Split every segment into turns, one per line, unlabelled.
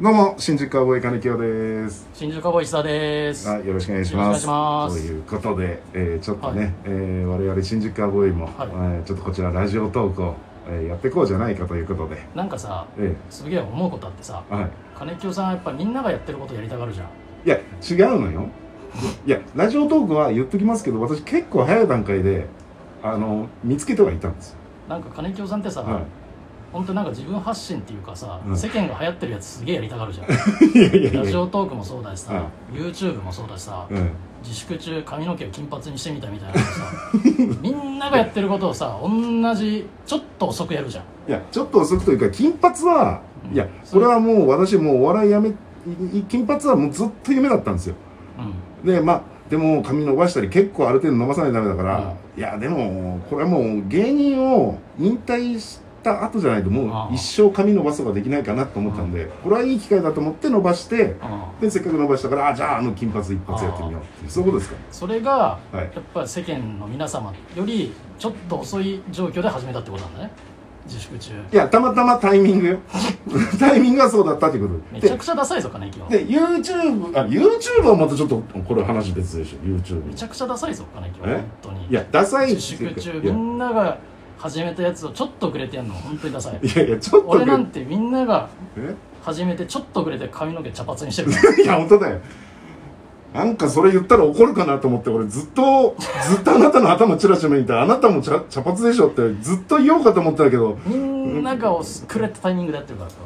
どうも新宿カウボーイ金清です
新宿カボイ石田です。
あよろしくお願いします
よろしくお願いします
ということで、えーちょっとね、
はい
えー我々新宿カウボーイも、
はい
えーちょっとこちらラジオトークを、えーやっていこうじゃないかということで、
なんかさ、
え
すげえ思うことあってさ、
ーはい、
金清さんはやっぱみんながやってることやりたがるじゃん。
いや違うのよいやラジオトークは言っときますけど私結構早い段階であの見つけてはいたんです
なんか金清さんってさ、
は
本当なんか自分発信っていうかさ、
うん
世間が流行ってるやつすげえやりたがるじゃん。
いいやいやいや
ラジオトークもそうだしさ、
は
YouTube もそうだしさ、
うん
自粛中髪の毛を金髪にしてみたみたいなの さ、みんながやってることをさ、同じちょっと遅くやるじゃん。
いやちょっと遅くというか金髪は、
うん
いやこれはもう私もうお笑いやめいい金髪はもうずっと夢だったんですよ
うん。
でまあでも髪伸ばしたり結構ある程度伸ばさないとダメだから、いやでもこれはもう芸人を引退した後じゃないとも
あ
う
あ
一生髪伸ばすことができないかなと思ったんで、これはいい機会だと思って伸ばして
うん
でせっかく伸ばしたからあじゃああの金髪一発やってみようっていうそういうことですか
それが、
はい
やっぱり世間の皆様よりちょっと遅い状況で始めたってことなんだね自粛中
いやたまたまタイミングよ タイミングがそうだったっていうこと
め
で
ちゃくちゃダサいぞ金清
で YouTube あ YouTube はまたちょっとこれ話別でしょ
め
YouTube
ちゃくちゃダサいぞ金清
え
本当に
いやダサい
自
っていう
粛
か
中
い
み
や
んなが始めたやつをちょっと遅れてやるの本当にダサい
いやいやちょっと
俺なんてみんなが
え
始めてちょっと遅れて髪の毛茶髪にしてるか
いや、本当だよ。なんかそれ言ったら怒るかなと思って、俺ずっと、ずっとあなたの頭チラチラ見て、あなたも茶茶髪でしょってずっと言おうかと思ったけど、
らみんなが遅れたタイミングでやってるからさ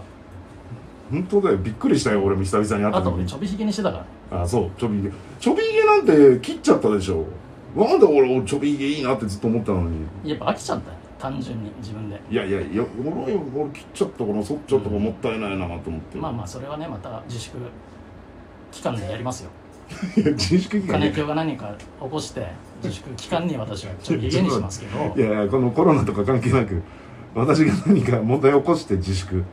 本当だよ。びっくりしたよ、俺も久々に会った
あと
時
俺
に
ち。ょびひげにしてたからね
あそう、ちょびひげ。ちょびひげなんて切っちゃったでしょ。なんで俺、俺ちょびひげいいなってずっと思ったのに。
やっぱ飽きちゃったよ単純に自分で
いやいや、いや俺、俺切っちゃったから、そっちゃったからもったいないなと思って。
まあまあそれはねまた自粛期間でやりますよ
いや、自粛期間
金
ね。
京が何か起こして自粛期間に私はちょっと家にしますけど、
いやいや、このコロナとか関係なく、私が何か問題を起こして自粛。
うん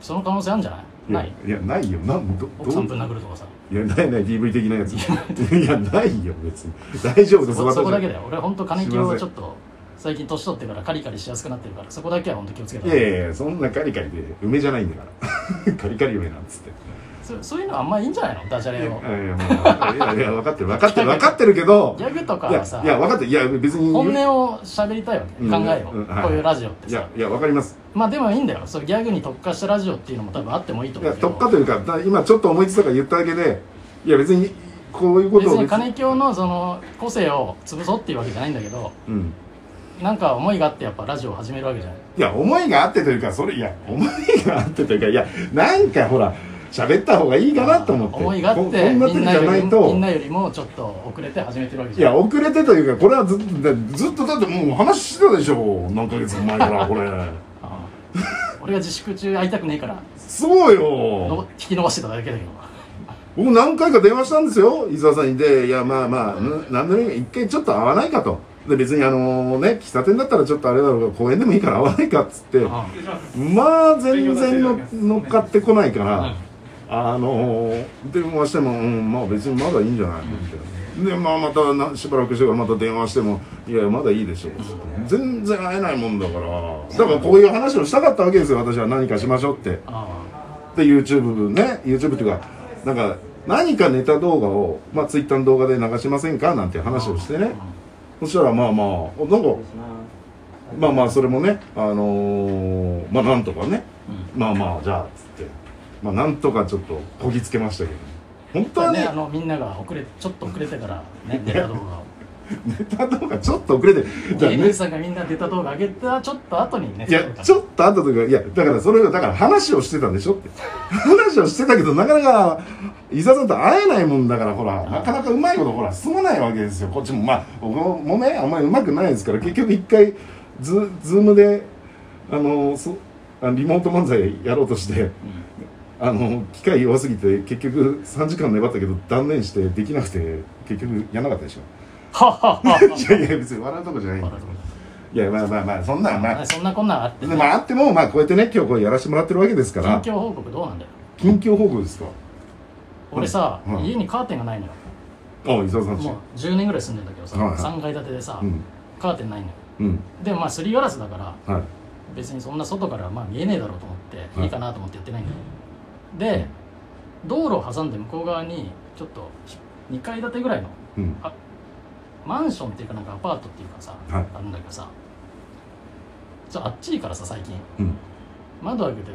その可能性あるんじゃない
い
な
や
い
いやないよなんど
奥さん
ど
ぶん殴るとかさ
いやないない DV 的なやついやないよ別に大丈夫で
そ
す
こ
私
そこだけだよ俺本当金京は
す
ち
い
ょっと最近年取ってからカリカリしやすくなってるからそこだけは本当気をつけ
い
た
やいやいやそんなカリカリで梅じゃないんだから カリカリ梅なんつって
そそういうのあんまいいんじゃないのダジャ
いや
レ
い
を
やもういやいや分かってる分かってる分かってるけど
ギャグとか
いや
はさ
いや分かってるいや別に
本
い
音を喋りたいわけ、
うん
考えを、
うんはい
こういうラジオってさ
やいや分かります
まあでもいいんだよそうギャグに特化したラジオっていうのも多分あってもいいと
い
思
や
うけど
特化というかだ今ちょっと思いついたから言っただけでいや別にこういうこと
別
を
に金京のその個性を潰そうっていうわけじゃないんだけど
うん
なんか思いがあってやっぱラジオを始めるわけじゃない
いや、思いがあってというか、それ、いや、思いがあってというか、いや、なんかほら、喋った方がいいかなと思って。
思いがあ
こ
っ
んこ
て
んな
み
時
ん
じ
な
ゃ
よ
な
り
い
みん
と
な。よりもちょっと遅れて始めてるわけ
い
じゃん
や、遅れてというか、これはずっと、だずっとだってもう話してたでしょ。何ヶ月も前から、これ。
ああ俺が自粛中会いたくねえから
そう
の
よ。
引き伸ばしてただけだけど
僕何回か電話したんですよ、伊沢さんに。で、いや、まあまあ、んなんでもいい一回ちょっと会わないかと。で、別にあのね、喫茶店だったらちょっとあれだろうが、公園でもいいから会わないかっつって。
あ
まあ、全然の乗っかってこないから。
あ
あのー、電話しても、うん、まあ別にまだいいんじゃないみたいな。で、まあまたなしばらくしてからまた電話しても、いや、まだいいでしょ。全然会えないもんだから。だからこういう話をしたかったわけですよ、私は何かしましょうって。で、
あ
YouTube ね、YouTube っていうか、なんか、何かネタ動画を、まあ Twitter の動画で流しませんかなんて話をしてね。そしたらまあまあ、おなんか、まあまあそれもね、あのー、まあなんとかね、
う
まあまあじゃあっつってまあなんとかちょっとこぎつけましたけど本当は
ん
ね
ねあのみんなが遅れちょっと遅れてからね出た動画を
ネタ動画ちょっと遅れてじゃあ
芸人
ね
さんがみんな出た動画上げたちょっと後にね
いやちょっとあった時はいやだからそれがだから話をしてたんでしょって話をしてたけどなかなか伊沢さんと会えないもんだからほらなかなかうまいことほら進まないわけですよこっちもまあ僕もねあんまりうまくないですから結局一回ズズームであのそあのリモート漫才やろうとして
うん
あの機械弱すぎて結局3時間粘ったけど断念してできなくて結局やんなかったでしょ
はっはっはっ
いやいや別に笑うとこじゃないんだ
笑うとこ
いやまあまあまあそんなんまあ
はそんなこんなんあって
で
ね
まああってもまあこうやってね今日これやらせてもらってるわけですか
近
ら
況報告どうなんだよ
近況報告ですか
俺さ
うん
家にカーテンがないのよ
あ伊沢さんち
もう10年ぐらい住んでんだけどさ
はいはい
3階建てでさ
うん
カーテンないのよ
うん
でもまあすりガラスだから
はい
別にそんな外からはまあ見えねえだろうと思って、
はい
いいかなと思ってやってないんだよで道路を挟んで向こう側にちょっと2階建てぐらいの
うん
マンションっていうかなんかアパートっていうかさ、
はい
あるんだけどさちょあっちいからさ最近
うん
窓開けて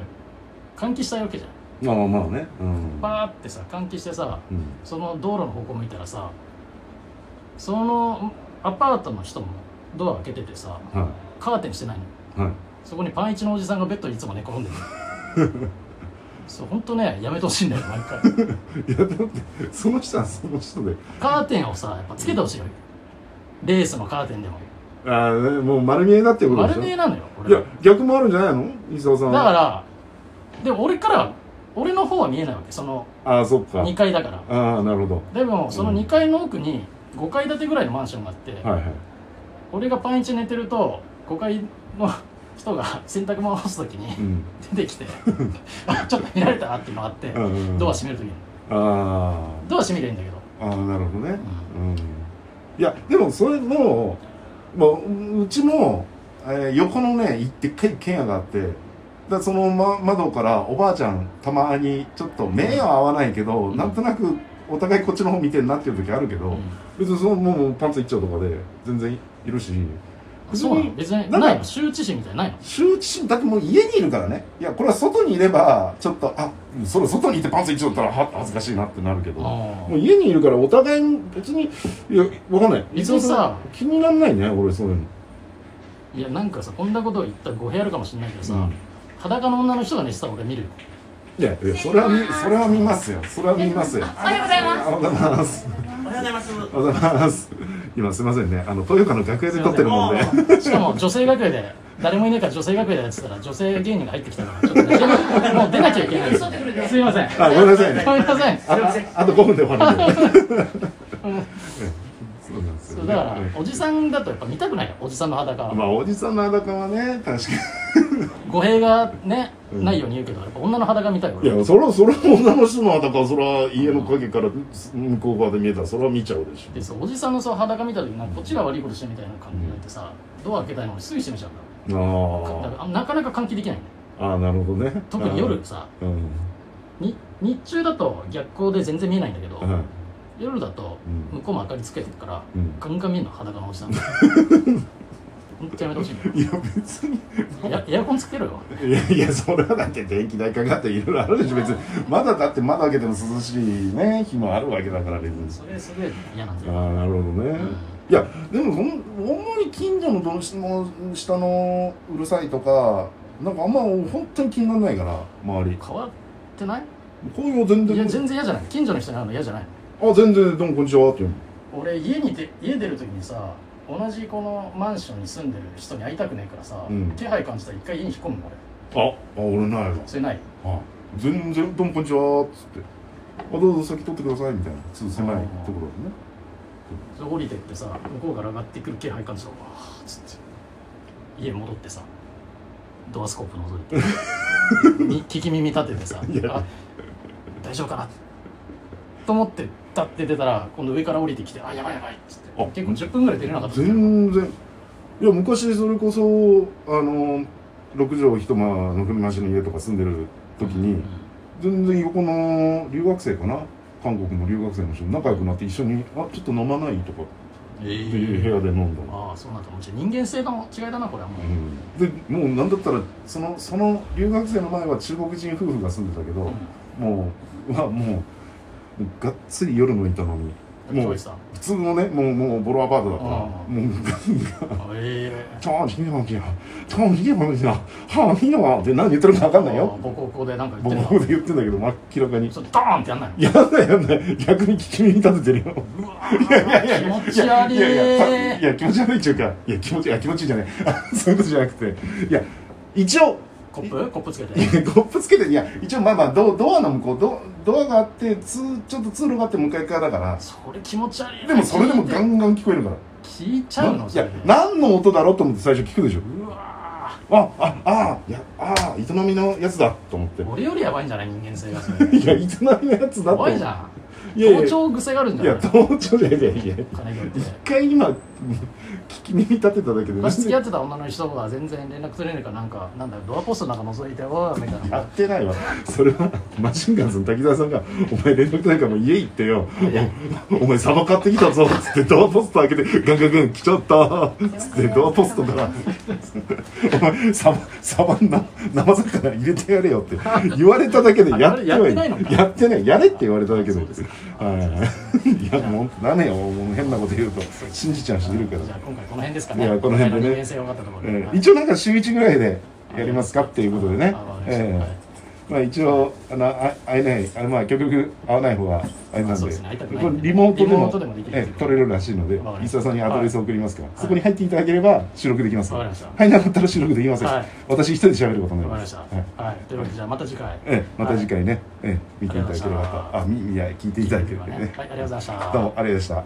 換気したいわけじゃん
まあまあまあねうん、
バーってさ換気してさ
うん、
その道路の方向向いたらさそのアパートの人もドア開けててさ
は
カーテンしてないの
いはい
そこにパンイチのおじさんがベッドにいつも寝転んでる そう本当ねやめてほしいんだよ毎回
いやだってその人はその人で
カーテンをさやっぱつけてほしいよレースのカーテンでも
ああもう丸見えだっていうことでし
丸
ょ
見えなのよ俺
いや逆もあるんじゃないの伊沢さん
だ
は
からでも俺からは俺の方は見えないわけその
ああそっか
2階だから
ああなるほど
でもその2階の奥に5階建てぐらいのマンションがあって、
はいはい
俺がパンイチ寝てると5階の人が 洗濯物を干す時に
うん
出てきてあちょっと見られたなっていうのがあって、
うんうん
ドア閉める時に
あ
ドア閉めりゃいいんだけど
あああなるほどねうんいやでもそれももううちも、えー横のねでっかい一軒家があってだからその、ま、窓からおばあちゃんたまにちょっと目は合わないけど、
うん
なんとなくお互いこっちの方見てんなっていう時あるけど、
うん
別にそのもうパンツ一丁とかで全然いるし別
そうなの
に
別に
なんか
ないの羞恥心みたいなのないの
周知心だってもう家にいるからねいやこれは外にいればちょっとあそれ外にいてパンツ一丁だったらは恥ずかしいなってなるけども
あ
う
ー
家にいるからお互いに別にいやわかんない
別にさ
気にならないね俺そういうの
いやなんかさこんなことを言ったら語弊あるかもしれないけどさ、
うん
裸の女の人が寝てたら俺見るよ
いやいやそれは見それは見ますよそれは見ますよ
おはようござい
あ
ます。
おはようございます
おはようございます。
おはようございます今すいませんねあの豊川の楽屋で撮ってるもんで、ね、
しかも女性楽屋で誰もいないから女性楽屋でやってたら女性芸人が入ってきたからちょっとねもう出なきゃいけない
そうってくるね
すいません
あごめんなさいね
ごめんなさい
あああと5分で終わるんで そうなんです
そ
よ、
う
ね、
だから
うん
おじさんだとやっぱ見たくないよおじさんの裸は、
まあおじさんの裸はね確かに
語弊がね、
うん
ないように言うけどやっぱ女の裸見たいよ
い
俺
やそれはそれは女の人の裸はそれは家の影から向こう側で見えたらそれは見ちゃうでし
でさおじさんのそう裸見た時になんかこっちが悪いことしてみたいな感じになってさ、ドア開けたいのにすぐ閉めちゃうんだ
ょ
だか
あ
らあなかなか換気できないね
あああなるほどね
特に夜さ
うん
に日中だと逆光で全然見えないんだけど、
はい
夜だと
うん
向こうも明かりつけてるから、
うん
ガンガン見えるの裸のおじ さん本当やめてほしいんだよ
いや別に
やエアコンつけろよ
いやいやそれはだって電気代かかっていろいろあるでしょ別にまだだって窓開けても涼しいね日もあるわけだから別に
それすげえ嫌なんだ
あ
よ
あなるほどね、
ん
いやでもほん主に近所のどうしても下のうるさいとかなんかあんま本当に気にならないから周り
変わってない
こういうの全
いや
然
全然嫌じゃない近所の人に会うの嫌じゃない
あ全然どうもこんにちはって言うの
俺家にで家出る時にさ同じこのマンションに住んでる人に会いたくねえからさ、
うん
気配感じたら一回家に引っ込むの俺
あ、あ俺ないわ
それない
あ全然「どうもこんにちは」っつって「あどうぞ先取ってください」みたいなちょっと狭いところでね
それ降りてってさ向こうから上がってくる気配感じたらわーっつって家戻ってさドアスコープ覗 いてに聞き耳立ててさ
いや
あ大丈夫かなと思って立って出たら今度上から降りてきてあやばいやばいっつって
あ
結構10分ぐらい出れなかった
全然いや昔それこそあの6畳一間の踏み増しの家とか住んでる時
うん
に全然横の留学生かな韓国の留学生の人と仲良くなって一緒に「あちょっと飲まない?」とか
え
って
え
いう部屋で飲んだの
ああそうなんだもうじゃあ人間性の違いだなこれはもう、
でもうなんだったらそのその留学生の前は中国人夫婦が住んでたけど、もうはもうがっつり夜向いたのに
うん、
も
も
う
うさん
普通のねもうもうボロアパートだから
ああ
もう
あえ
「ちょひげまきやちょひげまきやはあひげま」って何言ってるか分
え
かんないよ
僕ここでなんか言
僕
って
で
る
言ってんだけど明らかに
なちょっとドーンってやんないの
やんないやんない逆に聞き耳立ててるよ
うわー気持ち悪い
いやいやいや気持ち悪いっていうかいや気持ちいや気持ちいいじゃないそういうことじゃなくていや一応
コップコップつけ
いや
て
コップつけていや一応まあまあドドアの向こうドドアがあってつちょっと通路があって向かい側だから
それ気持ち悪いな
でもそれでも
聞いて
ガンガン聞こえるから
聞いちゃうの
い
それ
や
で
何の音だろうと思って最初聞くでしょ
うわ
あああいやああ営みのやつだと思って
俺よりやばいんじゃない人 間性がそ
いや
れ
営みのやつだと
怖
思
い
っ
じ
て
ゃん
いやいや
盗聴癖があるん
い
じゃ
や
ない
盗聴じゃいやいや
お金取って
一回今聞き耳立てただけで
昔付き合ってた女の人が全然連絡取れないからなんかなんだドアポストなんか覗いてわーみたい
や
な
ってないわそれはマシンガンズの滝沢さんが「お前連絡ないからもう家行ってよおお前サバ買ってきたぞ」っつってドアポスト開けて「ガンガンガン来ちゃった」っつってドアポストから「お前サバサバな生魚入れてやれよ」って言われただけでやって
あ
は
れやってないのか
やってないやれって言われただけで
あそうです
はいいやもうダメよもう変なこと言うと信じちゃう人いるから
じゃあ今回この辺ですかね
いやこの辺でね
お互い人間性が分かったところで
えー一応なんか週1ぐらいでやりますかっていうことでね
あわか、りました
え
はい
ーまあ、一応あのあ会えないあの、まあ、極力会わない方があれなんで
そうですね会いたくない
これリモートで
リモ
も
ートでもできる
えー取れるらしいので
わかりまし
石
た
田さんにアドレスを送りますから、
い
そこに入っていただければ収録できます
わかりました
入らなかったら収録できません、
はい
私一人で喋ることにな
わ
り
かり
ま
ますした
はい
はいというわけでじゃあまた次回
えーまた次
は
回
い
ね、えー見ていただければ
ありがとうございまし
と
た
あみいや聞いていただければね
はいありがとうございました
どうもありがとうございました